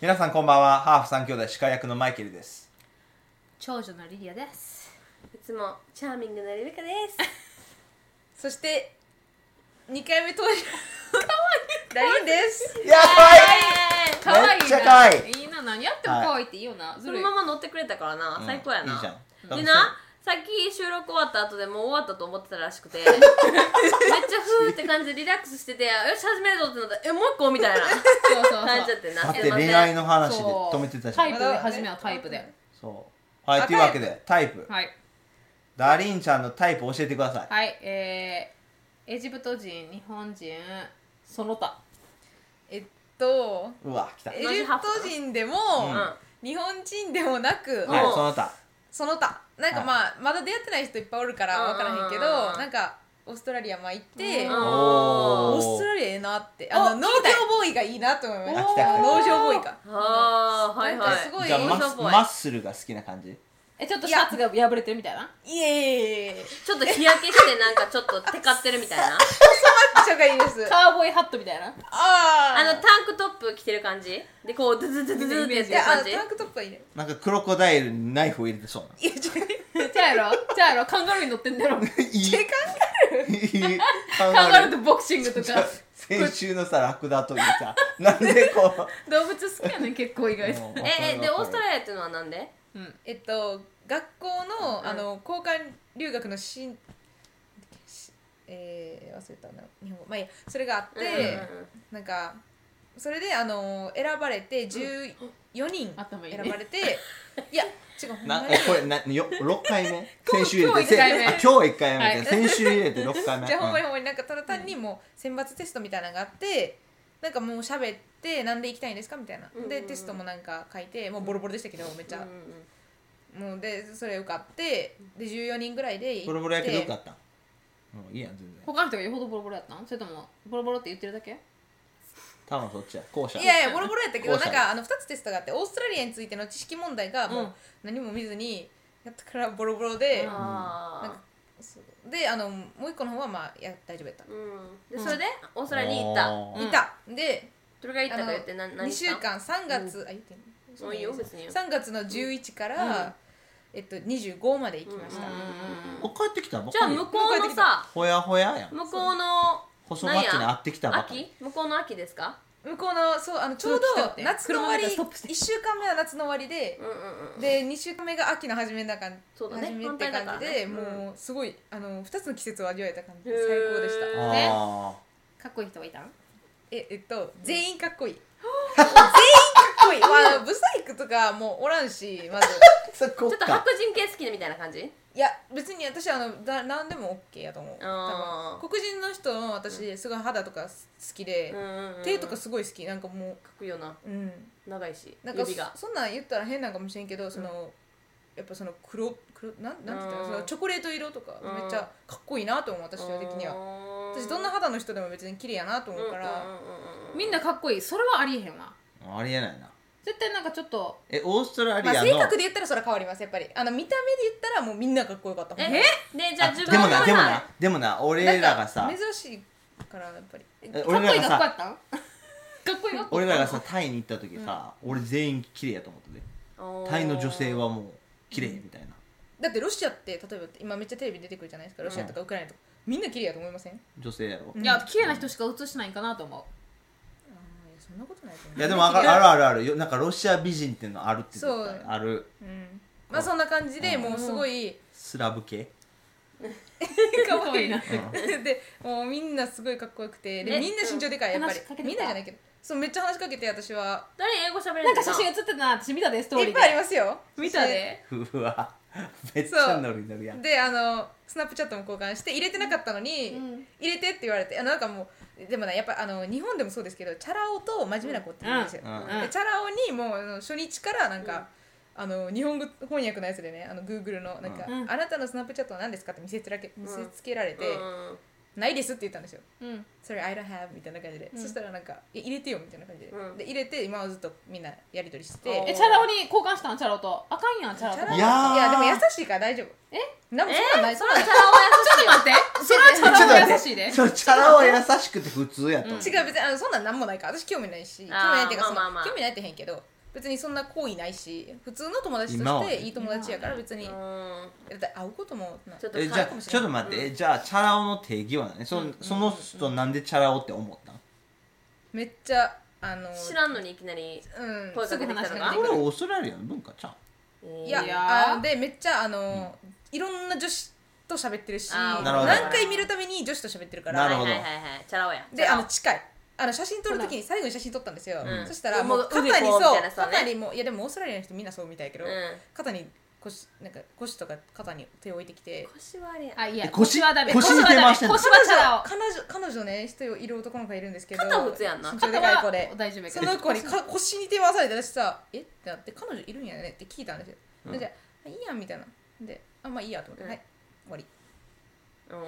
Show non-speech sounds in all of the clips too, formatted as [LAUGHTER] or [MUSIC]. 皆さんこんばんはハーフ三兄弟司会役のマイケルです長女のリリアですいつもチャーミングなレベカです。そして2回目登 [LAUGHS] 場かわいいダリン [LAUGHS] です。やかわいいめっちゃ可愛いいいな何やっても可愛いっていいよな、そずるのいまま乗ってくれたからな、最高やな。いいじゃんでな、さっき収録終わった後でもう終わったと思ってたら [LAUGHS] しくて、めっちゃふーって感じでリラックスしてて、よし始めるぞってなったら、えもう一個みたいなそうそうそう感じちゃってな。待っすていません恋愛の話でそう止めてたじゃタイんプで初めはタイプでそうはいというわけでタイプはいダリンちゃんのタイプ教えてくださいはいえー、エジプト人日本人その他えっとうわ来たはエいジプト人でも、うん日本人でもなはく、いその他その他なんかまあ、まだ出会ってない人いっぱいおるからうん分からへんけど、うんなんかオーストラリアまあ行って、うんオおーストラリアええなってあおの農業ボーイがいいなと思いましあた来た来農場ボーイかあー、はいなはんかい。すごいじゃあマッ面ス白いマッスルが好きな感じえちょっとシャツが破れてるみたいなイエーイちょっと日焼けしてなんかちょっとテカってるみたいな。マッチョがい [LAUGHS] いですあカーボーイハットみ [LAUGHS] たいなああのータンクトップ着てる感じでこうドゥズドゥズドゥズってやっているやあ感のじタンクトップはいいねなんかクロコダイルにナイフを入れてそうないやちょっとじゃあやろじゃあやろカンガルーに乗ってんだろいいいい考カンガルーとボクシングとか先週のさラクダといいさなんでこう動物好きやねん結構意外ともうええでオーストリラリアっていうのはなんでうんえっと学校の,、うんあの交換留学のしんしえー、忘れたな日本語まあいいやそれがあって、うなんかそれであの選ばれて14人頭いいね選ばれ [LAUGHS] て、いや違うほんまなにえ [LAUGHS] これなよ6回目先週入れて今日一回目せあ今日1回目はいで先週入れて6回目じゃあほんまにうんほんまになんかただ単にもう選抜テストみたいなのがあってなんかもう喋ってなんで行きたいんですかみたいなうんうんでテストもなんか書いてもうボロボロでしたけどめっちんゃう、んもうでそれ受かってで14人ぐらいで行ってボロボロやけどよかったうんいいやん全然他の人がよほどボロボロやったんそれともボロボロって言ってるだけ多分そっちや後者いやいやボロボロやったけど後な者んかあの2つテストがあってオーストラリアについての知識問題がもうんう何も見ずにやったからボロボロで、なんあかそうであのもう一個の方はまあいや大丈夫やったーうんでそれでオーストラリアに行ったおうんーいたでどれが行ったか言ってな2何し週た間3月、あ言ってんのもういいよ別に3月の11から、えっと、25まで行きました、うんお帰ってきたばっじゃかありや向こうのさほやほややん向こうの細マッチに会ってきたばかり秋向こうの秋ですか向こうのそうあのちょうどちょっと来て夏の終わり車の中ストップして1週間目は夏の終わりでうんうんうんで2週間目が秋の初めだからそうだね初めっ反て対だか感らじねで、うんもうすごいあの2つの季節を味わえた感じへでー最高でしたねあかっこいい人はいたんええっと全員かっ [LAUGHS] こいい全員かっこいい、まあ、ブサイクとかもうおらんしまずーそこちょっとか白人系好きみたいな感じいや別に私あのだ何でも OK やと思うあ多ー分黒人の人の私すごい肌とか好きで、うんうん手とかかすごい好きなんかもっこいいよなううん長いしなんか指がそそんなん言ったら変なんかもしれんけどその、やっぱその黒黒なんなんて言ったら、うんそのチョコレート色とかうんめっちゃかっこいいなと思う私は的には、は私どんな肌の人でも別に綺麗やなと思うから、みんなかっこいいそれはありえへんわありえないな絶対なんかちょっとえオーストラリまあ、ア性の格で言ったらそれは変わりますやっぱりあの見た目で言ったらもうみんなかっこよかったえほんまにでじゃああ自で分ものなでもさなでもな俺らがさなんか珍しいからやっぱりえかっ俺こらいいが学校さやった [LAUGHS] んかっこいい学校俺らがさタイに行った時さ俺全員綺麗やと思っててタイの女性はもう綺麗みたいなだってロシアって例えば今めっちゃテレビ出てくるじゃないですかロシアとかウクライナとか、みんな綺麗やと思いません女性やろいや綺麗な人しか映してないんかなと思あーいやそんなことないと思ういやでもあかあるあるあるよなんかロシア美人っていうのあるって絶対そうあるうんまあそんな感じでうんもうすごい [LAUGHS] スラブ系かわいいかわでもうみんなすごいかっこよくてでねみんな身長でかいやっぱ話しかけりてたみんなじゃないけどそうめっちゃ話しかけて私は誰英語喋れうるなんか写真映ってたな私見たでストーリーでいっぱいありますよ見たでうわめっちゃノリノリやんであのスナップチャットも交換して入れてなかったのに、うん入れてって言われてあのなんかもうでもねやっぱあの日本でもそうですけどチャラ男と真面目な子って言うんですよ、うんうんでチャラ男にもうあの初日からなんか、あの日本語翻訳のやつでねあの Google のなんか、うんあなたのスナップチャットは何ですか?」って見せつらけ見せつけられて「ないです」って言ったんですようん「それ I don't have」みたいな感じで、うんそしたらなんか「いや入れてよ」みたいな感じで,、うんで入れて今はずっとみんなやり取りしておえーチャラ男に交換したんチャラ男とあかんやんチャラチャラ男男いやーいやでも優しいから大丈夫えなんもそんなんない、そそんれなんはないチ待ってそャラ男優しいよれはチャちょっと待ラ男って優しいねそのチャラは優しくて普通やと思う、ち違う別にあのそんなんなんもないから私興味ないし興味あーないっていうかその、まあまあまあ興味ないって変けど別にそんな好意ないし普通の友達と今はしねていい友達やから別に、うんだって会うこともなちょっとえじゃあちょっと待って、じゃあチャラ男の定義はねそ,、その人なんでチャラ男って思ったのめっちゃあの知らんのにいきなりうん声かけてきたのあがこれオーストラリアの文化ちゃいいややあのでめっちゃあの、いろんな女子と喋ってるしあーなるほど何回見るために女子と喋ってるかならるほどはいはいはいはいチャラ男やであのチ近いあの写真撮るときに最後に写真撮ったんですよ、うんそしたらうんもう肩にもうそ腕こうみうたいなさね肩にもういやでもオーストラリアの人みんなそうみたいやけど、ャラ男肩に腰なんか腰とか肩に手を置いてきてうん腰はあれやあいえや腰腰はダメ腰には手回してダんメの腰はチャラ彼女彼女ね人いる男の子がいるんですけど肩は普通やんな身長男でかい子では大丈夫やけそどの子にか腰に手回されて私さ「えっ?」てなって「彼女いるんやね」って聞いたんですよ、うんで「あいいやん」みたいなで「あまあいいや」と思って「うんはい終わり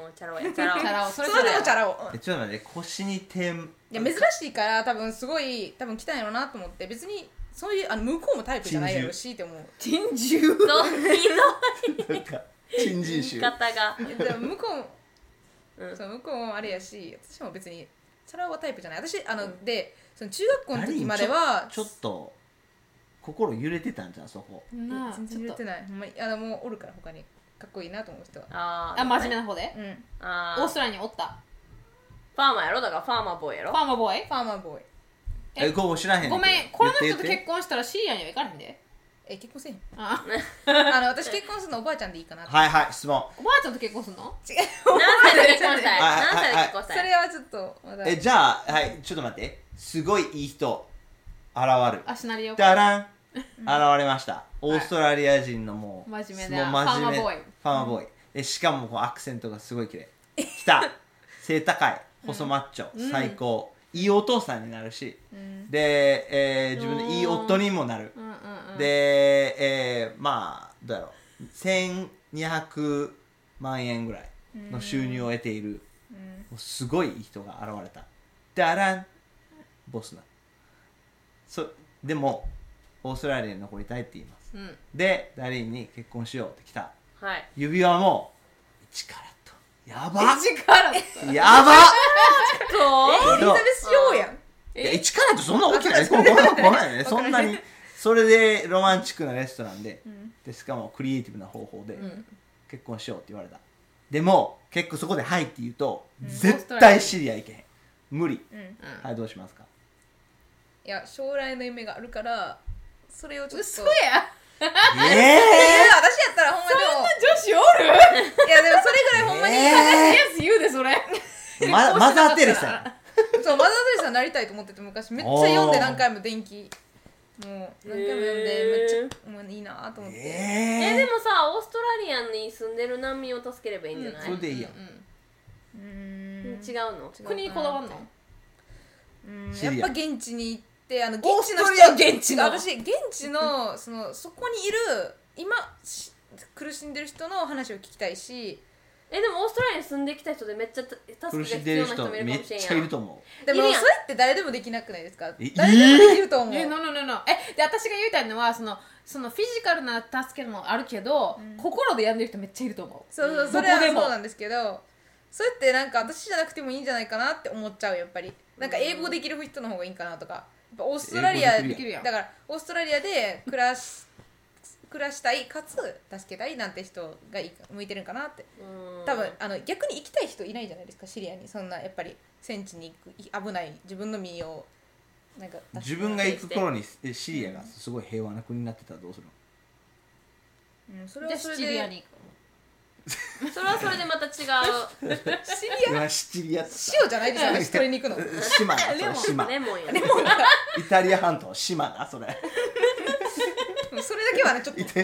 うんチャラ男やチャラチャ男ラ男」そそれれチャラ男でもチャラをんえちょっと待って腰に手いや珍しいから多分すごい多分来たんやろうなと思って別にそういうあの向こうもタイプじゃないやろうしって思う珍獣どうひなんか新人どい種方がえでも向こうも、うんそう向こうもあれやし私も別にチャラ男はタイプじゃない私あの、うんでその中学校の時まではちょっと心揺れてたんじゃんそこなあ全然ち言ょっっとてないほんまにあのもうおるから他にかっこいいなと思う人はあーあ真面目な方でうんあオースートラリアにおったファーマーやろだからファーマーボーイやろファーマーボーイファーマーボーイええここ知らへんごめんこの人と結構婚したらシリアには行かないんでえ結婚せえへんああの私結婚するのおばあちゃんでいいかなってはいはい質問おばあちゃんと結婚すんの違う何歳で結婚したいはいはい何歳で結婚しそたいれはちょっとまだえじゃあはいちょっと待ってすごいいい人現るあシナリオダラン現れましたオーストラリア人のもう真面目もなう真面目ファーマーボーイファーマーボーイでしかもこうアクセントがすごい [LAUGHS] 綺麗きた背高い細マッチョ、最高いいお父さんになるし、うんで、えー自分のいい夫にもなる、うんうんうんで、えーまあどうやろう1200万円ぐらいの収入を得ている、うんもうすごい人が現れたダランボスなそでもオーストラリアに残りたいって言いますうんでダリンに結婚しようって来たはい指輪も1カラットやば力やばそうえっエリザとベス女王やんいや1カラットそんな大きくないあごそめうんごめんねわかるそんなにそれでロマンチックなレストランで,、んでしかもクリエイティブな方法でん結婚しようって言われた、でも結構そこで「はい」って言うと、絶対シリア行けへん無理、うんいはいどうしますかや将来の夢があるからそれをちょっと嘘いややえ私やったらほんまで女子おるもいやでもそれぐらい [LAUGHS] ほんまに、イえエス言うでそれーま、婚しマてなかったらザー・テレサそうマザー・テレサになりたいと思ってて昔めっちゃ読んで何回も電気もう何回も読んでめっちゃもういいなと思って、ええでもさオーストラリアに住んでる難民を助ければいいんじゃー、ないそれでいいやん、ううんーん違うの国にこだわんのうんシやっリアぱ現地に行ってあの現オー地スのト人ラリア現地の私現地のそのそこにいる今し苦しんでる人の話を聞きたいしえでもオーストラリアに住んできた人でめっちゃた苦助けがしん必で要るな人人もいるめかっもしれんちやゃんいると思でもいるやそれんって誰でもできなくないですかえ誰でもできると思う、え、no no no no え、で私が言いたいのはそのそのフィジカルな助けもあるけど、心でやんでる人めっちゃいると思う。そうそうどこそれはでそうもなんですけどそれってなんか私じゃなくてもいいんじゃないかなって思っちゃうやっぱりなんか英語できる人の方がいいんかなとかやっぱオーストラリア英語できるやんだからオーストラリアで暮らし暮らしたいかつ助けたいなんて人がいいか向いてるんかなってうん多分あの逆に行きたい人いないじゃないですかシリアにそんなやっぱり戦地に行くい危ない自分の身をなんかう自分が行く頃にえシリアがすごい平和な国になってたらどうするのうん、それじゃはあそシれチリアでに行く。それはそれでまた違うシリ今シチリアってア塩じゃないですよ私取りに行く [LAUGHS] の島だレモンそれ島レモンやイタリア半島島だ [LAUGHS] それうんそれだけはねちょっとよか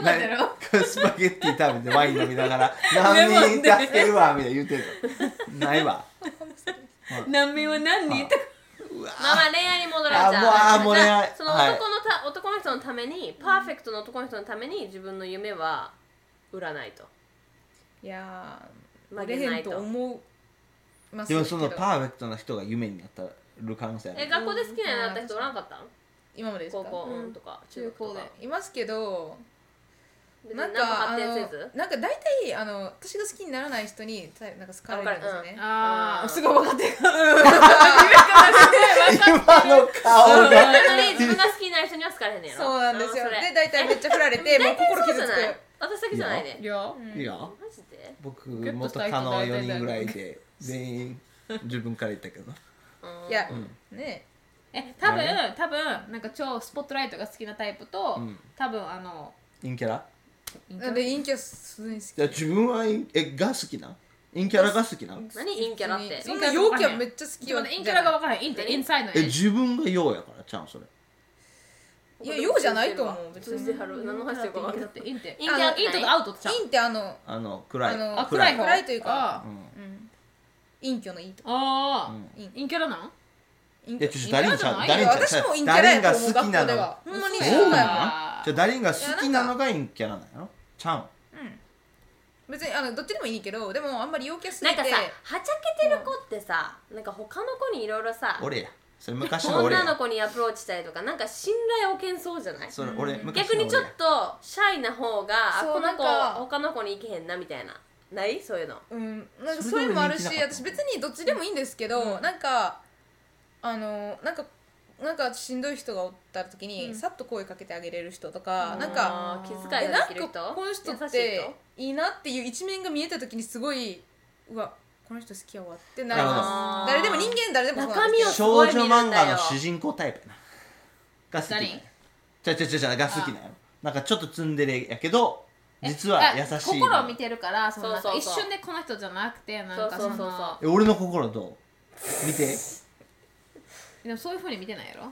ったやろなスパゲッティ食べてワイン飲みなが [LAUGHS] ら「難民助けるわ」みたいな言うてるのないわ難民は何人人いいたたまあまあ恋愛に戻らんじゃんあもうあもうじゃあ恋愛そのはい男のた、男の人のためにパーフェクトの男の人のために自分の夢は売らないといやー曲売げれなへいんとと思うますでもそのけどパーフェクトな人が夢になったる可能性あえる学校で好きなようになった人おらんかったん今までですか高校うんうんとか中学と中か高いますけど別になん何もかあ発の展せずなんか大体あの私が好きにならない人にたなんか好かれるんですよね、あうあんすごい分かって [LAUGHS] る今の顔ながのに自分が好きになる人には好かれへんねやろそうなんですようそれで大体めっちゃ振られてもうそ心うじ傷ゃつないく私だけじゃないねいやうんいいよマジで僕ゲットし元た人カノ大体4人ぐらいで全員自分から言ったけどなうんいや、うんねえ多分何多分なんか超スポットライトが好きなタイプと、うん多分あの陰キャラインキなャんで陰キャすに好きじゃあ自分は陰えが好きな陰キャラが好きな何陰キャラってそんな陽キャめっちゃ好きラインキャラが分からへんインってインサイドえや自分が陽やからちゃんそれいや陽じゃないと思う別通にじてはる何の話してるか分かんなインいってインってイ陰キャラってンとかアウトちゃう陰ってあのあの暗いああの暗暗いい方暗いというかあうーんうん陰キャのいいとあー、うん陰インキャラなん陰いやキちょちャょ誰にちゃ陰うキャ誰ラにちゃう私も陰キャラ誰やがと思う好き学な校でのはほんまにそそううだやなのじゃあ誰が好きなのが陰キャラなんやろちゃん別にあのどっちでもいいけどでもあんまり陽キャすぎなんてかさはちゃけてる子ってさなんか他の子にいろいろさ俺やそれ昔の俺女のや子にアプローチしたりとかなんか信頼をけんそうじゃないそれ俺うん昔逆の俺にちょっとシャイな方があそこの子うなんか他の子に行けへんなみたいなないそういうのうん、なんかそそれれで俺もあるし人気なかった私別にどっちでもいいんですけど、なんかあのなんかなんかしんどい人がおった時に、さっと声かけてあげれる人とか、なんかあー気遣えいがなできんる人かこの人っ優しいて人いいなっていう一面が見えた時にすごいうわこの人好きやわってななりるほどます誰でも人間誰でもそうなんです中身を少女漫画の主人公タイプやなが好きなんやちゃちゃちゃちゃが好きなんやろなんかちょっとツンデレやけど実は優しい心を見てるからそのなんかそう一そうそう瞬でこの人じゃなくてなんかそそうそのうそうそうえ俺の心どう見てでもそういうふうに見てないやろ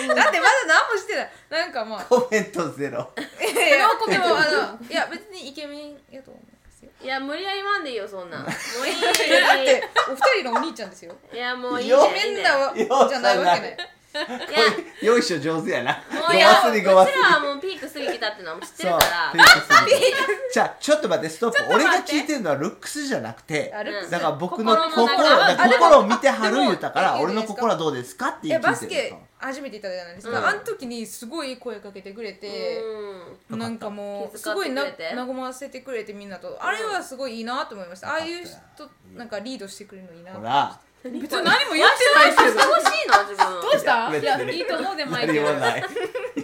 けどだってまだ何もしてないなんかまあコメントゼ [LAUGHS] ロいやいや喜べでよもあのいや別にイケメンやと思いますよいや無理やり言わんでいいよそ [LAUGHS] んなんもういだっいてお二人のお兄ちゃんですよいやもういいよねいい変ねだわじゃないわけないいやよいしょ上手やなもごういやわすりごうわちすらりはもうピーク過ぎてたってのはもう知ってるそうか [LAUGHS] らピークするじゃあちょっと待ってストップ俺が聞いてるのはルックスじゃなくてあルックスだから僕の心心の中だからあでも心を見てはるあでも言うたからあいい俺んじのゃないですか心はどうですかって言いやってバ聞スいてるケか初めて行ったじゃないですか、うんあの時にすごい声かけてくれて、うんなんかもう気遣すっごいなてくれて和ませてくれてみんなとあれはすごいいいなと思いました、ああいう人なんかリードしてくれるのいいなほら別に何も言ってないでしすてほしいの自分どうした別いにやいいと思うでマイ何ケルもない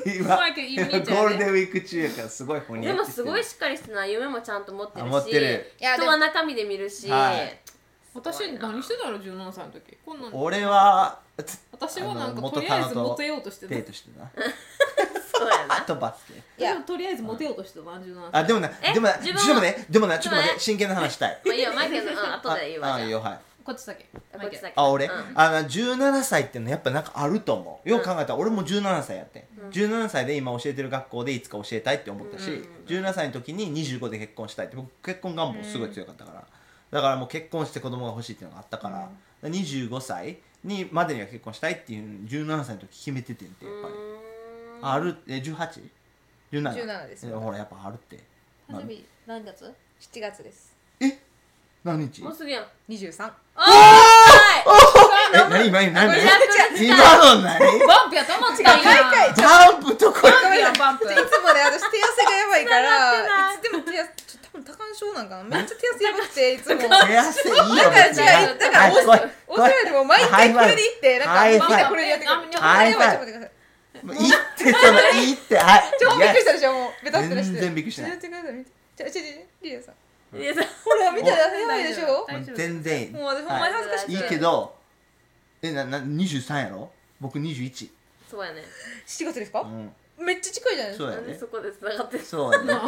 今マイケルいい兄ちゃんやねゴールデンウィーク中やからすごいほにゃでっもてしてするごいしっかりしてない夢もちゃんと持ってるあし持ってるいやで人もは中身で見るし、はい私何してたの17歳の時こんなん俺は私はなんあかのとりあえずモテようとしてたデートしてなそうやあなとバスケいや私はとりあえずモテようとしてた17歳あでもなえでもな自ちょっと分待ってでもなちょっと待っでもてね真剣な話したいまあいいよマイケルの、うん、後で言うあわあいいじゃよはいこっちだけあこっちだけあ俺、うんあの17歳ってのやっぱなんかあると思うよく考えたら俺も17歳やって、17歳で今教えてる学校でいつか教えたいって思ったし、うん17歳の時に25で結婚したいって僕結婚願望すごい強かったから、だからもう結婚して子供が欲しいっていうのがあったから、25歳にまでには結婚したいっていうのに17歳の時決めててんってやっぱり、うあるえ 18?17 17ですほらやっぱあるって誕生日何月7月ですえ何日ーんもうすぐやん23おーえ何今今何い500日間今の何バンプやと思う違う毎回ダンプとこれごめんいつバンプ [LAUGHS] もね私手汗がやばいか繋がらっいつでも手汗ちょ多分多汗症なんかなめっちゃ手汗やばく [LAUGHS] ていつも手汗いいよだから別じにゃあだからはいオース来いオーストラリアでも毎回これで行ってなんかはみいんなこれでやってくれはいるはいやばいちょっと待ってくださいもういいってそのいいってはい超びっくりした Yes でしょもうベタってなし全て然びっくりしないちょっと待ってください見てちょちょちょリリアさんいやそうほら見たらやばいでしょ大丈夫もう全然いいもう私ほんまに恥ずかしはいくいていけどえなな23やろ僕21そうやね7月ですかうんめっちゃ近いじゃないですそかうなやんでねそこで繋がってるそうやね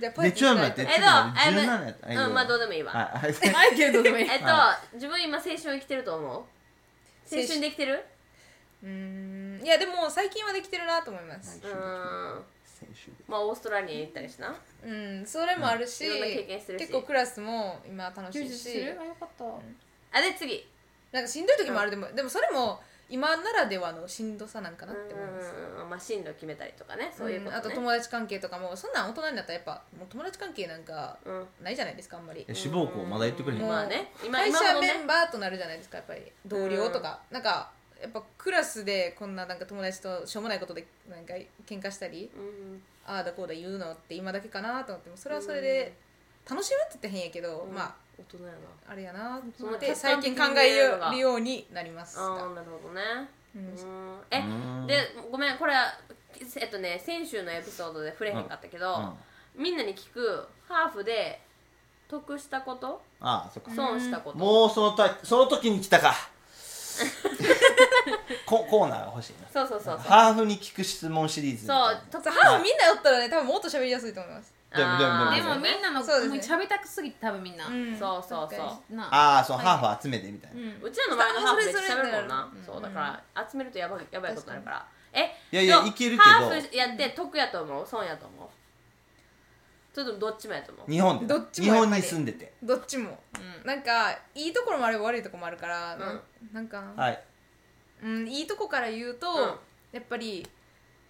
じゃあパーでティちょっと待ってーちょ行きっと待ってえっと17やったうんまあどうでもいいわはいマイケルどうでもいい [LAUGHS] えっと、は自分今青春生きてると思う青春春できてるたいうーんいやでも最近はできてるなと思いますうーんまあオーストラリアに行ったりしなうんそれもあるしいろんな経験してるし結構クラスも今楽しいしあよかったあで次なんかしんどい時もあるでもでもそれも今ならではのしんどさなんかうなって思いますーんまあ進路決めたりとかねそういううんことねあと友達関係とかもそんなん大人になったらやっぱもう友達関係なんかうんないじゃないですかあんまりい志望校まだ言ってくれへんもうまあね今会今社のねメンバーとなるじゃないですかやっぱり同僚とか、なんかやっぱクラスでこんななんか友達としょうもないことでなんか喧嘩したりうんああだこうだ言うのって今だけかなと思ってもそれはそれで楽しむって言ってへんやけど、うんまあ大人やなあれやなそのって最近考えるようになりました。ああなるほどねううんんえうんでごめんこれえっとね先週のエピソードで触れへんかったけど、あみんなに聞くハーフで得したことあそっか、損したこと、もうそのたその時に来たかココーナーが欲しいなそうそうそうそうハーフに聞く質問シリーズみたいなそう得そうハーフみんなやったらね多分もっと喋りやすいと思います。でもでもあーでもみんなのそうですねもう喋りたくすぎて多分みんな、そうそうそうなあああそう、はいハーフ集めてみたいな、ういんうちらの前のハーフめっちゃそれ喋ぞれるもんなうんそうだから集めるとやばいやばいことになるからえやいやでもいけるけどハーフやって得やと思う損やと思うちょっとどっちもやと思う日本でどっちも日やっぱり本に住んでてどっちも、なんかいいところもあれば悪いところもあるから、んななんか、はいうん、いいとこから言うと、うんやっぱり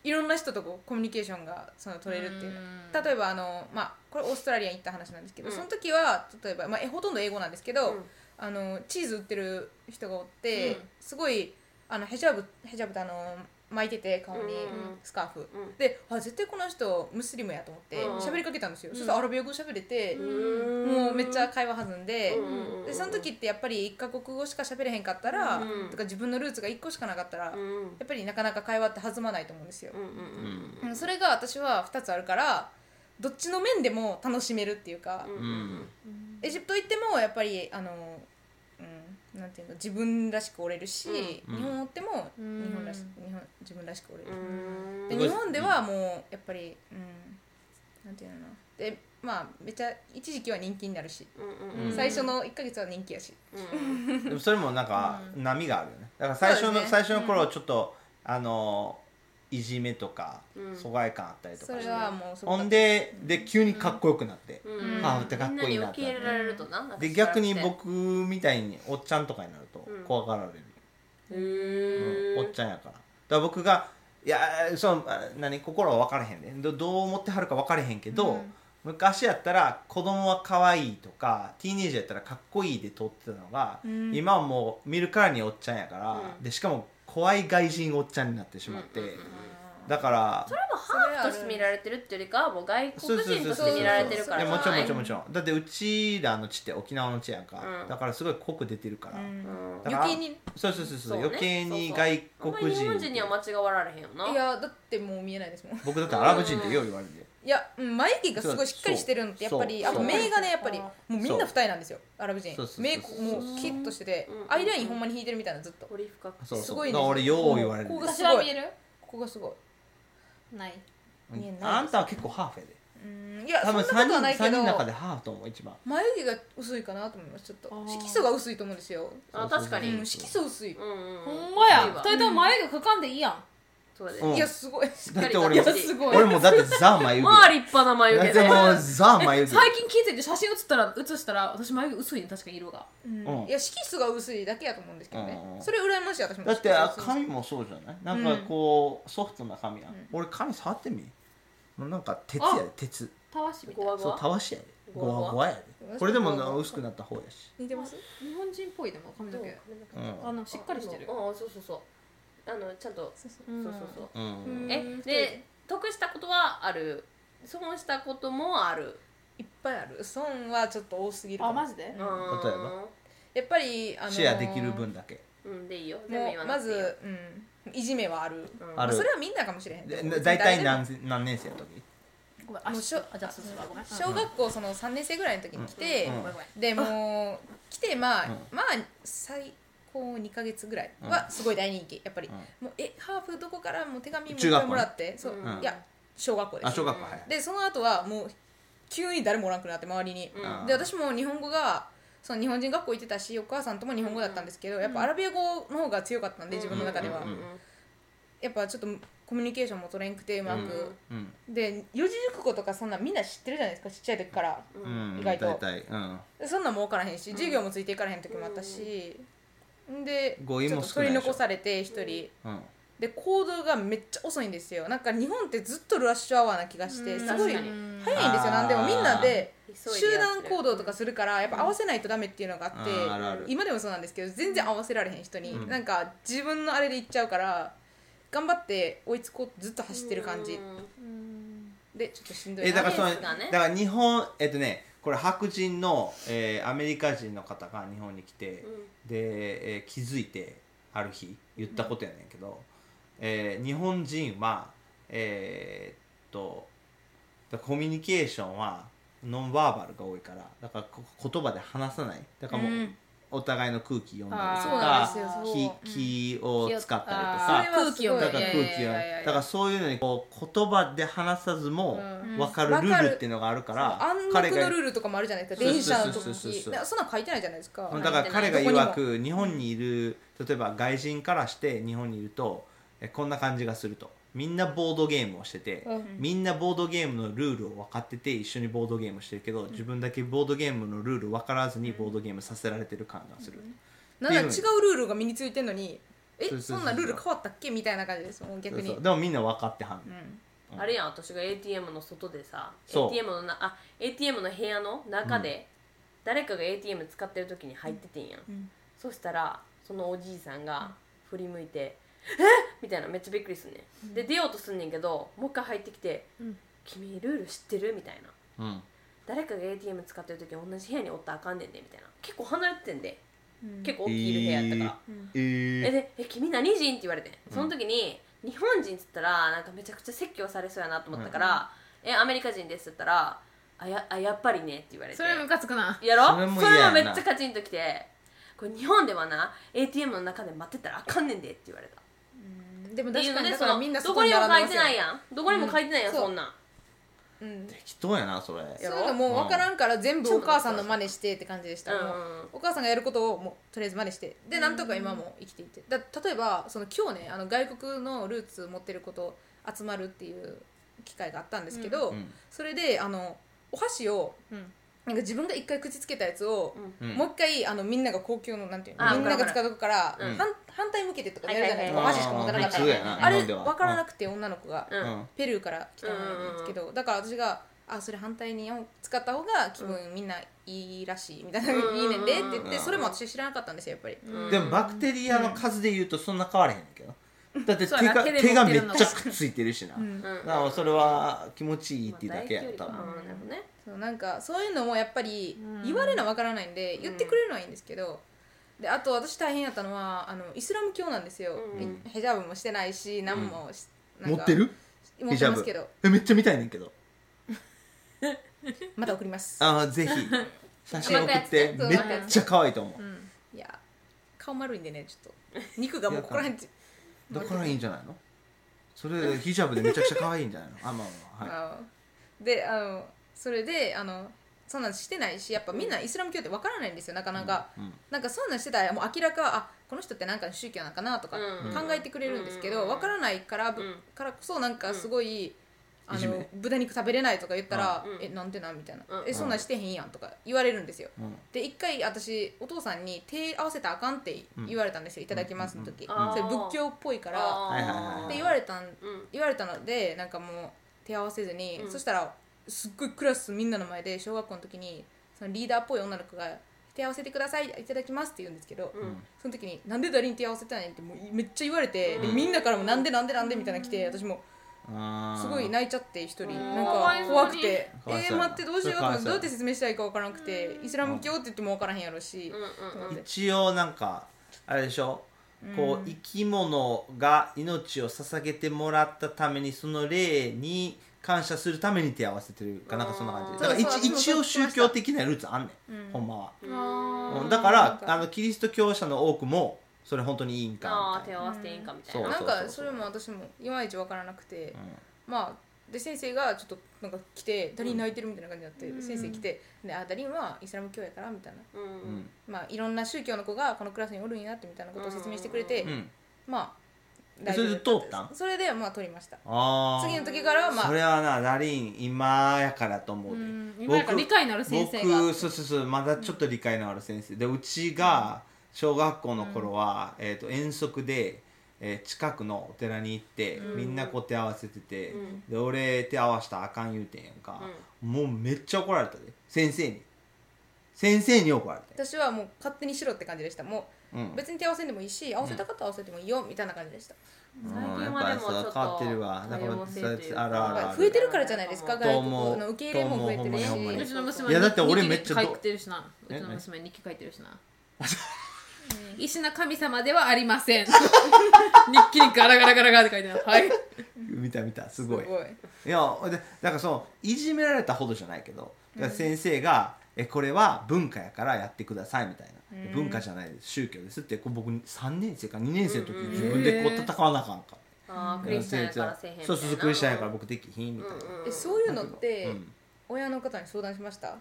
いろんな人とこうコミュニケーションがその取れるっていううん例えばあの、まあ、これオーストラリアに行った話なんですけど、うんその時は例えば、まあ、えほとんど英語なんですけど、うんあのチーズ売ってる人がおって、うんすごいあのヘジャブヘジャブってあの巻いてて顔に、うんスカーフ、うんであ絶対この人ムスリムやと思ってうん喋りかけたんですよ、そしたらアラビア語喋れて、んもうめっちゃ会話弾んで、うんうんうんうんでその時ってやっぱり1カ国語しか喋れへんかったら、うんとか自分のルーツが1個しかなかったら、うんやうんっぱりなかなか会話って弾まないと思うんですよう、んうんうんそれが私は2つあるからどっちの面でも楽しめるっていうか、うんうんうんエジプト行ってもやっぱりあの、うん、なんていうの自分らしく折れるし、うん日本行っても日ん本らし、日本自分らしく折れうる、んでうん日本ではもうやっぱり、うん、なんていうのかなでまあめっちゃ一時期は人気になるし、うんうん最初の1か月は人気やし、うんでもそれもなんか波があるよねだから最初の、そうですね最初の頃ちょっと、あのいじめとか、うん疎外感あったりとそかしれてはもうそこほんでで急にかっこよくなって、うんハーフってかっこいいみんななっにて受け入れられるとななんかで逆に僕みたいにおっちゃんとかになるとうん怖がられる、ううんんおっちゃんやからだから僕がいやそのあ何心は分かれへんねどどう思ってはるか分かれへんけど、昔やったら子供は可愛いとかティーネージャーやったらかっこいいで通ってたのが、うん今はもう見るからにおっちゃんやから、うんでしかも怖い外人おっちゃんになってしまって、うんうんうんだからそれもハーフとして見られてるっていうよりかはもう外そう国そう人そうそうとして見られてるからいやもちろんもちろんんもちろんだってうちらの地って沖縄の地やんか、うんだからすごい濃く出てるから、うんだから余計にそうそうそうそうそうね余計にそうそう外あんまり国日人本人には間違わられへんよないやだってもう見えないですもん僕だってアラブ人ってよう言われるで、いやうん眉毛がすごいしっかりしてるのってやっぱりそうそあうと目がねやっぱりそうもうみんな二重なんですよアラブ人そうそうそう目こうもうキッとしててうんアイラインほんまに引いてるみたいなずっと堀深くそうすそごういだねから俺よう言われるでここが私は見えるここがすごいないうん見えないですあんたは結構ハーフやでうんいやそ多んな分3ことは人ない三け人どの中でハーフと思う一番眉毛が薄いかなと思いますちょっあとー色素が薄いと思うんですよあ確かうにんうん色素薄いうんほんまやいい二わ人とも眉毛かかんでいいやんそうだうんねいやすごいだってい俺やもすごい俺もだってザ眉毛まあ立派な眉だ毛ってでもうザ眉毛最近気づいて写真写ったら写したら私眉毛薄いね確かに色がうんいや色素が薄いだけやと思うんですけどねうんそれ羨ましい私もだってあ色素薄い髪もそうじゃないなんかこうソフトな髪やん俺髪触ってみなんか鉄やで鉄たわしみたいごわごそうわたわしやでゴワゴゴワワゴワやでこれでもなゴワゴワ薄くなった方やし似てます日本人っぽいでも髪の毛うあんのしっかりしてるうんうんそうそうそうあのちゃんとそううんそうそうううんんえで得したことはある損したこともあるいっぱいある損はちょっと多すぎるかあもマジで例えやっぱりあのーシェアできる分だけうんでいいよ全部も言わうなまくていいよず、うん、いじめはある、あまあるそれはみんなかもしれへんで別に大体誰でも何せ何年生の時ごめんあもうしょあじゃあそうするわごめん小学校その3年生ぐらいの時に来て、うんごめんごめんでもう来てまあ、うんまあ最高2か月ぐらいはすごい大人気やっぱり、もうえハーフどこからもう手紙もい中っぱ学い校もらって、そう、うんいや小学校であす小学校はいでその後はもう急に誰もおらんくなって周りに、うんで私も日本語がその日本人学校行ってたしお母さんとも日本語だったんですけど、やっぱアラビア語の方が強かったんで、自分の中では、うんうんやっぱちょっとコミュニケーションも取れんくてうまく、うんで四字熟語とかそんなんみんな知ってるじゃないですかちっちゃい時から、うん意大外と体うんでそんなんも分からへんし授業もついていからへん時もあったし、で語彙ちょもっと少ない取りでしょ残されて一人、うんで行動がめっちゃ遅いんですよなんか日本ってずっとラッシュアワーな気がしてすご確い早かいにんですよ何でもみんなで急いでやってる集団行動とかするからやっぱ合わせないとダメっていうのがあって、うんあるある今でもそうなんですけど全然合わせられへん人に、うんなんか自分のあれで行っちゃうから頑張って追いつこうとずっと走ってる感じうんでちょっとしんどいえだからそのレースがねだから日本えっとねこれ白人の、えーアメリカ人の方が日本に来て、で、えー気づいてある日言ったことやねんけど、えー日本人はえーっとだからコミュニケーションはノンバーバルが多いからだからこ言葉で話さないだからもう、うんお互いの空気読んだりあーとそうなんですかよそう気気を使ったりとあかーそれ空は気をすごだかいら空気をいやいやいやいやだからそういうのにこう言葉で話さずもうん分かるルールっていうのがあるから、暗彼黙がのルールとかもあるじゃないですかそう電車のそうそうそう時そうなそんなん書いてないじゃないですか、だから彼がどこにも曰く日本にいる例えば外人からして日本にいるとえこんな感じがするとみんなボードゲームをしてて、うんみんなボードゲームのルールを分かってて一緒にボードゲームしてるけど、自分だけボードゲームのルール分からずにボードゲームさせられてる感がする、なんか違うルールが身についてんのにえそうそうそうそうそんなルール変わったっけみたいな感じですもう逆にそうそうでもみんな分かってはんねん、うんあれやん私が ATM の外でさそう ATM のなあ ATM の部屋の中で、誰かが ATM 使ってる時に入っててんやん、んそしたらそのおじいさんが振り向いて「えっ!」みたいなめっちゃびっくりすんね、ん、で出ようとすんねんけどもう一回入ってきて「ん君ルール知ってる?」みたいなうん誰かが ATM 使ってる時同じ部屋におったらあかんねんでみたいな結構離れてんで、結構大きい部屋やったから、えーえでえ君何人って言われてその時に、日本人っつったらなんかめちゃくちゃ説教されそうやなと思ったから、えアメリカ人ですって言ったらあやあやっぱりねって言われてそれムカつくなやろそそれれもも嫌やなめっちゃカチンときてこれ日本ではな ATM の中で待ってたらあかんねんでって言われたでもってい確うのかにでだそからのみんなどそここににも並ん書いでますてよないやんどこにも書いてないやん、うんそんなんうん適当やなそれやそういうのもう分からんから全部お母さんの真似してって感じでした、うんもうお母さんがやることをもうとりあえず真似してでなんとか今も生きていてだ例えばその今日ねあの外国のルーツ持ってること集まるっていう機会があったんですけど、うんそれであのお箸をうんなんか自分が一回口つけたやつを、うんもう一回あのみんなが公共のなんていうあのみんなが使うとこから、うん反反対向けてとかやるじゃないですか、はいはいはいお箸しか持たなかったあー普通やなあ日れ本では分からなくて女の子が、うんうんペルーから来たんですけど、だから私が「あそれ反対に使った方が気分みんないいらしい」みたいな「うんいいねんで」って言って、うんそれも私知らなかったんですよやっぱり、うんでもバクテリアの数で言うとそんな変わらへんねんけどだって手そうやがな手が手めでっ持ってるのちゃくっついてるしな、んうんだからそれは気持ちいいっていうだけやったまあわ大距離かうんなるほどねそうなんかそういうのもやっぱりうん言われるのはわからないんで、言ってくれるのはいいんですけどであと私大変やったのはあのイスラム教なんですよ、うんヘジャブもしてないし何もし、なん持かってる持ってますけどえめっちゃ見たいねんけどまた送りますあーぜ [LAUGHS] ひ写真送ってうまめくっやってちゃ可愛いと思う、いや顔丸いんでねちょっと肉がもうここら辺ちだからいいんじゃないのそれヒジャブでめちゃくちゃ可愛いんじゃないのあまあまあまあはいあのであのそれであのそんなんしてないしやっぱみんなイスラム教ってわからないんですよなかなか、うんなんかそんなんしてたらもう明らかあこの人ってなんかの宗教なんかなとかうん考えてくれるんですけど、うんわからないから、ぶうんからこそなんかすごい、うんあいじのめ豚肉食べれないとか言ったら「うんえなんでなん?」みたいな「うんえそんなんしてへんやん」とか言われるんですよ、うんで一回私お父さんに手合わせたらあかんって言われたんですよ「いただきます」の時、うんうんうんそれ仏教っぽいから、はいはいはいはいって言われたんうん言われたのでなんかもう手合わせずに、うんそしたらすっごいクラスみんなの前で小学校の時にそのリーダーっぽい女の子が「手合わせてくださいいただきます」って言うんですけど、うんその時に「なんで誰に手合わせてないん?」ってもうめっちゃ言われて、でうんみんなからも「なんでなんでなんで?」みたいなの来て私もあーすごい泣いちゃって一人んなんか怖くて「かわいえそうやー、な待ってどうしよう」それとかわいかそうやなどうやって説明したらいいか分からなくてイスラム教って言っても分からへんやろし、うんとうん思って一応なんかあれでしょこう生き物が命を捧げてもらったためにその霊に感謝するために手合わせてるかなんかそんな感じだからそうそう一一応そうそう宗教的なルーツあんねん、ほんまは、あうんだからなんかあのキリスト教者の多くもそれ本当にいいんかああみた手いをな合わせていいんかみたいなそうなんかそれも私もいまいち分からなくて。まあで先生がちょっとなんか来て「ダリン泣いてる」みたいな感じになって、先生来て「であダリンはイスラム教やから」みたいな、うんうんうんまあ、いろんな宗教の子がこのクラスにおるんやってみたいなことを説明してくれて、うんまあえそれで通ったんそれでまあ取りましたああ次の時からはまそあれはなラリン今やからと思うでうん今やから理解のある先生が僕そうそうそうまだちょっと理解のある先生でうちが小学校の頃は、えー、と遠足でえー近くのお寺に行って、うんみんなこう手合わせてて、うんで俺手合わしたらあかん言うてんやんか、もうめっちゃ怒られたで先生に先生に怒られて、私はもう勝手にしろって感じでしたもうんう、別に手合わせんでもいいし合わせたかったら合わせてもいいよみたいな感じでした、うん最近はでもちょっと変わってるわだから多様性というかあるあるある増えてるからじゃないですかと外思う国の受け入れも増えとてる思うほんまにほんましにうちの娘いやだって俺めっちゃど日記書いてるしなうえちの娘日記書いてるしな石な神様ではありません日記にガラガラガラガラって書いてあるはい見た見たすすごごいいいやでなんかそのいじめられたほどじゃないけどだから先生が、えこれは文化やからやってくださいみたいな、うん文化じゃないです宗教ですってこう僕3年生か2年生の時に自分でこう戦わなあかんか、あークリスチャンやからせえへんみたいなそうそうそうクリスチャンやから僕できひんみたいな、うんうんえそういうのってうん親の方に相談しました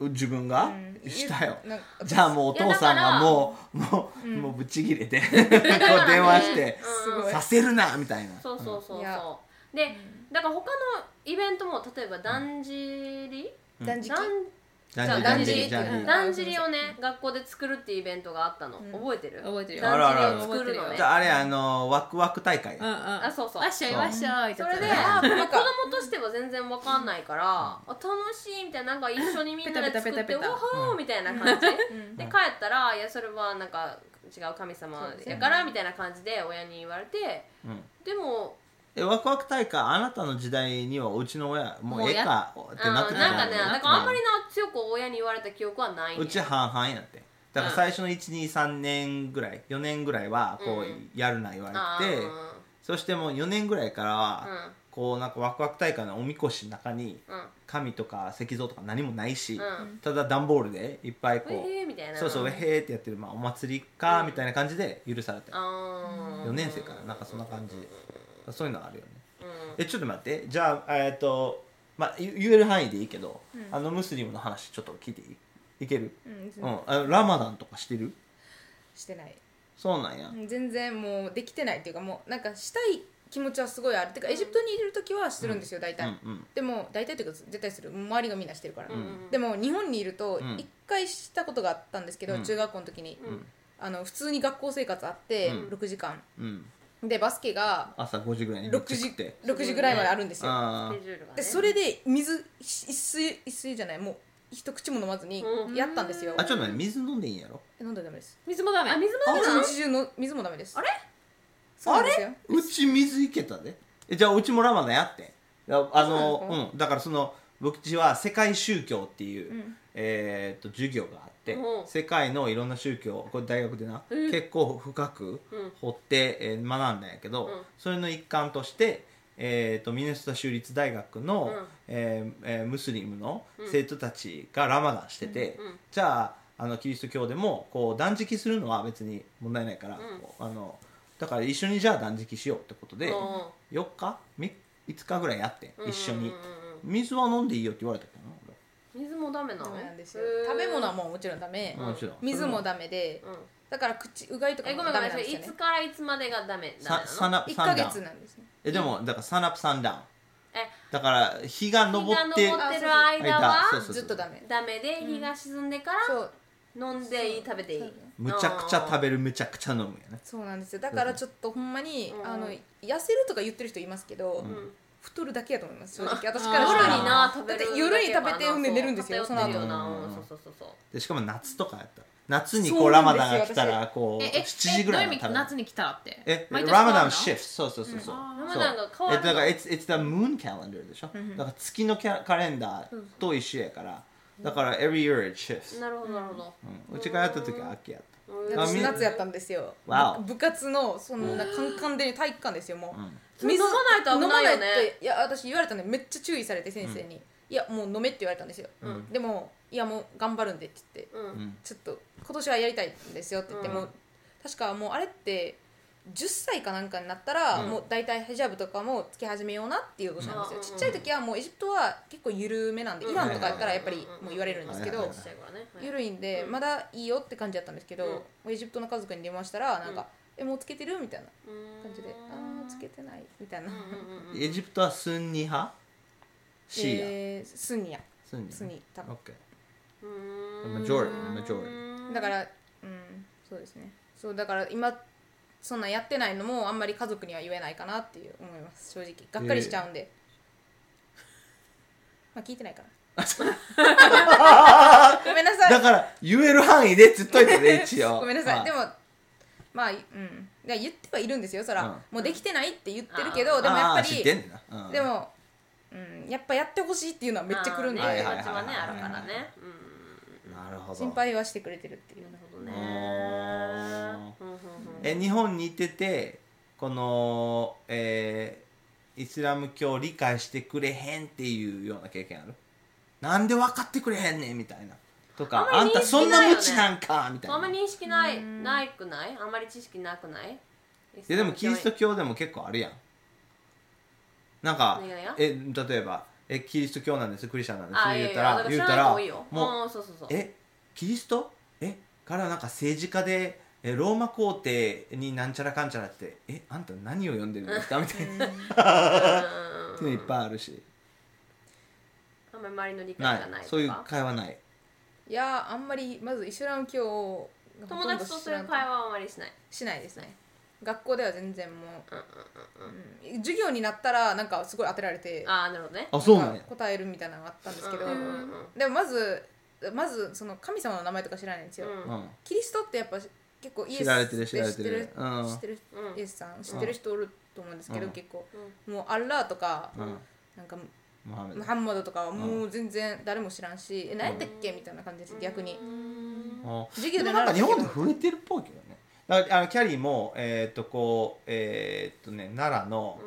自分が、うんしたよなんかじゃあもうお父さんがもうもう、うんもうぶっちぎれて [LAUGHS] こう電話してう、んうんすごいさせるなみたいなそうそうそういやそうでだから他のイベントも例えばだんじりうん断食だだんじゃあん断じり食だんじりうんだんじりをね学校で作るっていうイベントがあったのうん覚えてる覚えてるよあらあらだんじりを作覚えるのてねるじゃああれあのワクワク大会、うんうんあそうそうわっしょいわっしょいってそやつれであーまあ [LAUGHS] なん子か供としては全然わかんないからあ楽しいみたいななんか一緒にみんなで作ペタペタっペてタペわタはーみたいな感じでうん帰ったらいやそれはなんか違う神様やからみたいな感じで親に言われてうんでもえワクワク大会あなたの時代にはうちの親もうええかってうんなっなてんかたねよなんかあんまりな強く親に言われた記憶はない、ね、うち半々やってだからうん最初の123年ぐらい4年ぐらいはこうんうやるな言われて、そしてもう4年ぐらいからあはーこうなんかワクワク大会のおみこしの中にうんうん神とか石像とか何もないし、うんただ段ボールでいっぱいこうう、えーみたいなそうそうウェヘーってやってる、まあ、お祭りかみたいな感じで許されて、あ4年生からなんかそんな感じそういうのはあるよねじ、うんえちょっと待ってじゃあえっ、とまあゆ言える範囲でいいけど、あのムスリムの話ちょっと聞いていいいける、うんうん、あのラマダンとかしてるしてないそうなんや、うん全然もうできてないっていうかもうなんかしたい気持ちはすごいあるてかエジプトにいる時はするんですよ大うん体、うんでも大体というか絶対する周りがみんなしてるから、うんうんでも日本にいるとうん一回したことがあったんですけど、うん中学校の時に、うんあの普通に学校生活あってうん6時間、うんでバスケが朝5時ぐらいに6食っ時て6時ぐらいまであるんですよ、あスケジュールがねでそれで水一水一水じゃないもう一口も飲まずにうんやったんですよ、ーあちょっと待って水飲んでいいんやろえ飲んだらダメです水もダメあ水一までなの日中の水もダメですあれそうなんですようち水いけたでえじゃあうちもラマダンやってああそうなのうんだからその僕ちは世界宗教っていう、うんえー、と授業があってうん世界のいろんな宗教これ大学でな、うん結構深くうん掘って、えー学んだんやけど、うんそれの一環として、えー、とミネソタ州立大学の、うんえーえームスリムの生徒たちがラマダンしてて、うんうんじゃああのキリスト教でもこう断食するのは別に問題ないから、んこうあのだから一緒にじゃあ断食しようってことで、うん4日み5日ぐらいやってうん一緒に、うんうんうん水は飲んでいいよって言われたけどな水もダメなのダメなんですよへー食べ物はもうもちろんダメ、俺もちろん水もダメで、うんだから口うがいとかえもごめんごダめメんそなんれですよいねつからいつまでがダメダさメサなのナ1サかンダウ月ンなんですねえでもだからサナプサンダウンえだから日が昇っ日てが昇ってる間間そうはそうそうずっとダメダメで日が沈んでかそうら飲んでいい食べていいそうむちゃくちゃ食べるむちゃくちゃ飲むよねそうなんですよだからちょっとほんまに、うんあの痩せるとか言ってる人いますけど、ん太るだけやと思います正直私あからした夜らにな食べだるって夜に食べてほんで寝るんですよその後そううんそうそうそうでしかも夏とかやったら夏にこそううラマなんですダよンが来たらこうえええ7時ぐらいどうまでいう意味食べる夏に来たらってえ毎年ラマダ変わるのンシフトそうそうそうそうあラマダンが変わえるだのから it's, it's the moon calendar でしょ、だから月のキャカレンダーと一緒やからだから every year it shifts、なるほどなるほどうん、うちがやった時は秋やったうんあ私み夏やったんですよわお部活のそんなカンカンで体育館ですよもう、それ飲まないと危ないよね飲まっていや私言われたんでめっちゃ注意されて先生に、いやもう飲めって言われたんですよ、でもいやもう頑張るんでって言って、うんんちょっと今年はやりたいんですよって言って、うんもう確かもうあれって10歳かなんかになったら、うんもう大体ヘジャブとかもつけ始めようなっていうことなんですうよ、んちっちゃい時はもうエジプトは結構緩めなんで、イランとかやったらやっぱりもう言われるんですけど、うんちっちゃい頃ねはい緩いんで、まだいいよって感じだったんですけど、うんもうエジプトの家族に電話したらなんか、えもうつけてるみたいなうん感じで、ああーつけてないみたいな、うんうんうんエジプトはスンニ派シーア、えースンニアスンニスンニ多分 OK うーん majority majority だからうんそうですねそうだから今そんなんやってないのもあんまり家族には言えないかなっていう思います正直がっかりしちゃうんで、 [LAUGHS] まあ聞いてないからごめんなさいだから言える範囲でっつっといて [LAUGHS] ね一応ごめんなさい、はでもまあ、うん、で言ってはいるんですよそら、うんもうできてないって言ってるけどあでもやっぱー知ってんりねんな、うんでも、うん、やっぱやってほしいっていうのはめっちゃくるんで、まあはねいこはいっちはねはいはいあるからねうんなるほど心配はしてくれてるっていうなるほどあねーふんふんふんえ日本にいててこの、えーイスラム教を理解してくれへんっていうような経験あるなんで分かってくれへんねんみたいなとかあ,、あんんまたり認識なそんいよねな無知なんかみたいあんまなり認識ないないくないあんまり知識なくないででもキリスト教でも結構あるやんなんか何がやえ例えばえキリスト教なんですクリスチャンなんですあい言やういたやらだから知言うらたならい方がいいよもううんそうそうそうえキリストえからなんか政治家でえローマ皇帝になんちゃらかんちゃらってえあんた何を読んでるんですかみたいなうっんていうのいっぱいあるしあんまり周りの理な解がないいとかそういう会話ないいやーあんまりまずイスラム教を友達とそういう会話はあんまりしないしないですね学校では全然もう,、うん授業になったらなんかすごい当てられてああなるほどねあそうなんなんやか答えるみたいなのがあったんですけど、うんうんうんでもまずまずその神様の名前とか知らないんですよ、ううんキリストってやっぱ結構イエス知られてるって知られてる知ってる,、うん知ってるうんイエスさん知ってる人おると思うんですけど、うん結構んもうアッラーとか、うんなんかモハメドムハンマドとかはもう全然誰も知らんし、え何やったっけみたいな感じです逆に、うんあ授業ででもなん習か日う本でけど増えてるっぽいけどねだからあのキャリーもえっとこうえっとね奈良の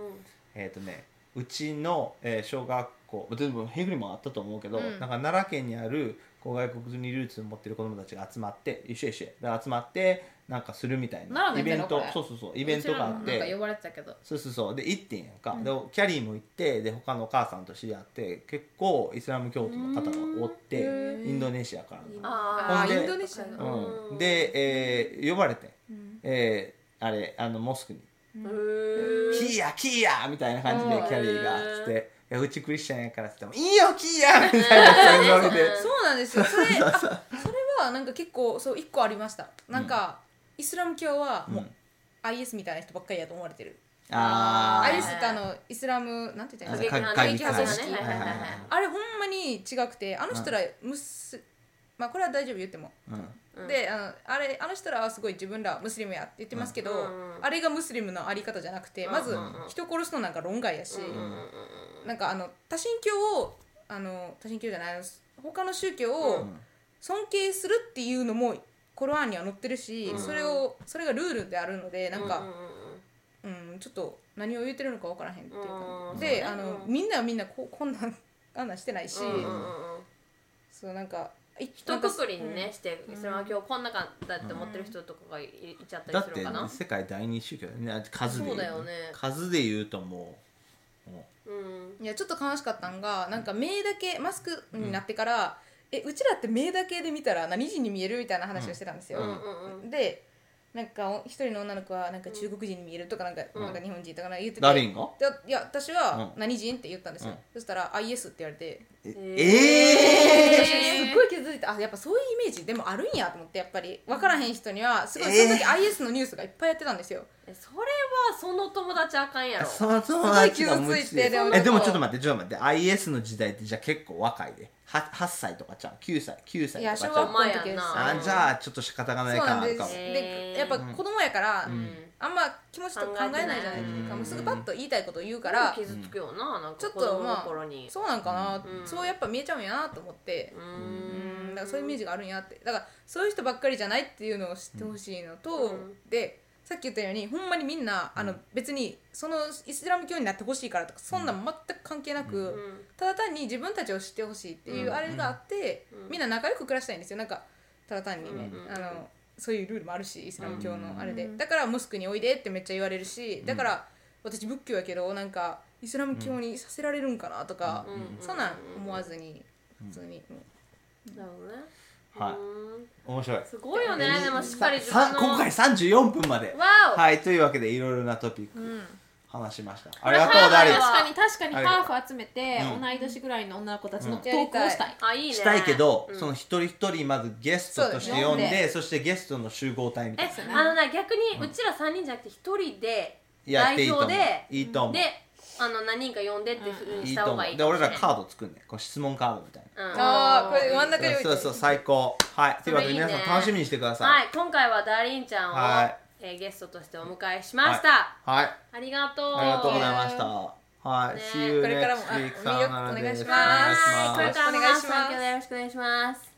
えっとねうちのえー小学校でもヘグリもあったと思うけどうんなんか奈良県にあるこう外国にルーツを持ってる子供たちが集まって一緒一緒で集まってなんかするみたいな奈イ良ベのやつンやトろこれそうそうそうイベントがあっうちらもなんかて呼ばれてたけどそうそうそうで行ってんやんか、でキャリーも行ってで他のお母さんと知り合って結構イスラム教徒の方がおってインドネシアからのほあんでインドネシアのうんうんで、えー呼ばれて、えーあれあのモスクにうん「へキーヤキーヤ!」みたいな感じでうんキャリーが来て「いやうちクリスチャンやから」って言っても「いいよキーヤ!」みたいな感じでそうなんです [LAUGHS] よそれあそれはなんか結構そう一個ありましたなんか、イスラム教はもう、うん IS みたいな人ばっかりやと思われてるあー IS ってあのイスラムなんて言ったらいいんですか過過過激激派派だだねねはいはいはいはいあれほんまに違くてあの人らムス、まあこれは大丈夫言っても、うんうんであのあれあの人らはすごい自分らムスリムやって言ってますけど、うんうんあれがムスリムのあり方じゃなくて、まず人殺すのなんか論外やし、なんかあの多神教をあの多神教じゃない他の宗教を尊敬するっていうのもコロアンには載ってるし、それをそれがルールであるのでなんか、うんうんうんうん、ちょっと何を言ってるのか分からへんっていう感うんじで、あのみんなはみんなここんなんあんなんしてないし、うんうんうんそうなんかい一なんか括りにねしてそれは今日こんな感じだって思ってる人とかがいいちゃっただりっするてかな世界第二宗教だよね数で言そうだよね数で言うともうもうんいやちょっと悲しかったんがなんか目だけマスクになってから、えうちらって目だけで見たら何人に見えるみたいな話をしてたんですよ、うんうんうんでなんかお一人の女の子はなんか中国人に見えるとかなんか,、なんか日本人とかなんか言ってうてダリンがでいや私はうん何人って言ったんですよ、うんそしたら「IS」って言われてえええー私すっごい気づいてあやっぱそういうイメージでもあるんやと思ってやっぱり分からへん人にはすごいその時 IS のニュースがいっぱいやってたんですよえそれはその友達あかんやろその友達が無す知ごい傷ついてでもえでもちょっと待ってちょっと待って IS の時代ってじゃあ結構若いで 8, 8歳とかちゃう9歳9歳いやと小かち学ゃ校うの時ですまあじゃあちょっと仕方がないそうな感んあるでかもすうでへーやっぱ子供やから、んあんま気持ちとか考えないじゃない考えですてなかいもうすぐパッと言いたいこと言うから、傷つくよななんちかょっ子と供のま頃にあそうなんかな、んそうやっぱ見えちゃうんやなと思ってう、うんん、だからそういうイメージがあるんやってだからそういう人ばっかりじゃないっていうのを知ってほしいのと、うんでさっき言ったようにほんまにみんなあの別にそのイスラム教になってほしいからとかそんなん全く関係なく、うんただ単に自分たちを知ってほしいっていうあれがあって、みんな仲良く暮らしたいんですよなんかただ単にね、うんあのそういうルールもあるしイスラム教のあれで、だからモスクにおいでってめっちゃ言われるしだから私仏教やけどなんかイスラム教にさせられるんかなとか、うんそんなん思わずに普通に、うんなるほどねはいうん面白いすごいよねでもしっかり自さ分んの今回34分までわおはいというわけでいろいろなトピック、話しましたあありがとうダリー確かに確かにありがとハうーフ集めて、うん同い年ぐらいの女の子たちうのんトークをしたい、あいいねしたいけど、うんその一人一人まずゲストとしてそ呼うんだでよそしてゲストの集合体みたいえなあのな逆にうちら3人じゃなくて1人でやっていいと思う代表でいいと思うであの何人か呼んでってふうにいしいたと方思がいいうかでも俺らしれカード作るねこう質問カードみたいなないうんああこれ真ん中に置いてそうそう最高はいというわけでそれいいね皆さん楽しみにしてくださいはい今回はダーリンちゃんを、はいえーゲストとしてお迎えしました、はいありがとうありがとうございましたはい、ね See you これからも next week あ魅力さよならお願いしますですはいこれからもお願いしますマスター今日はよろしくお願いします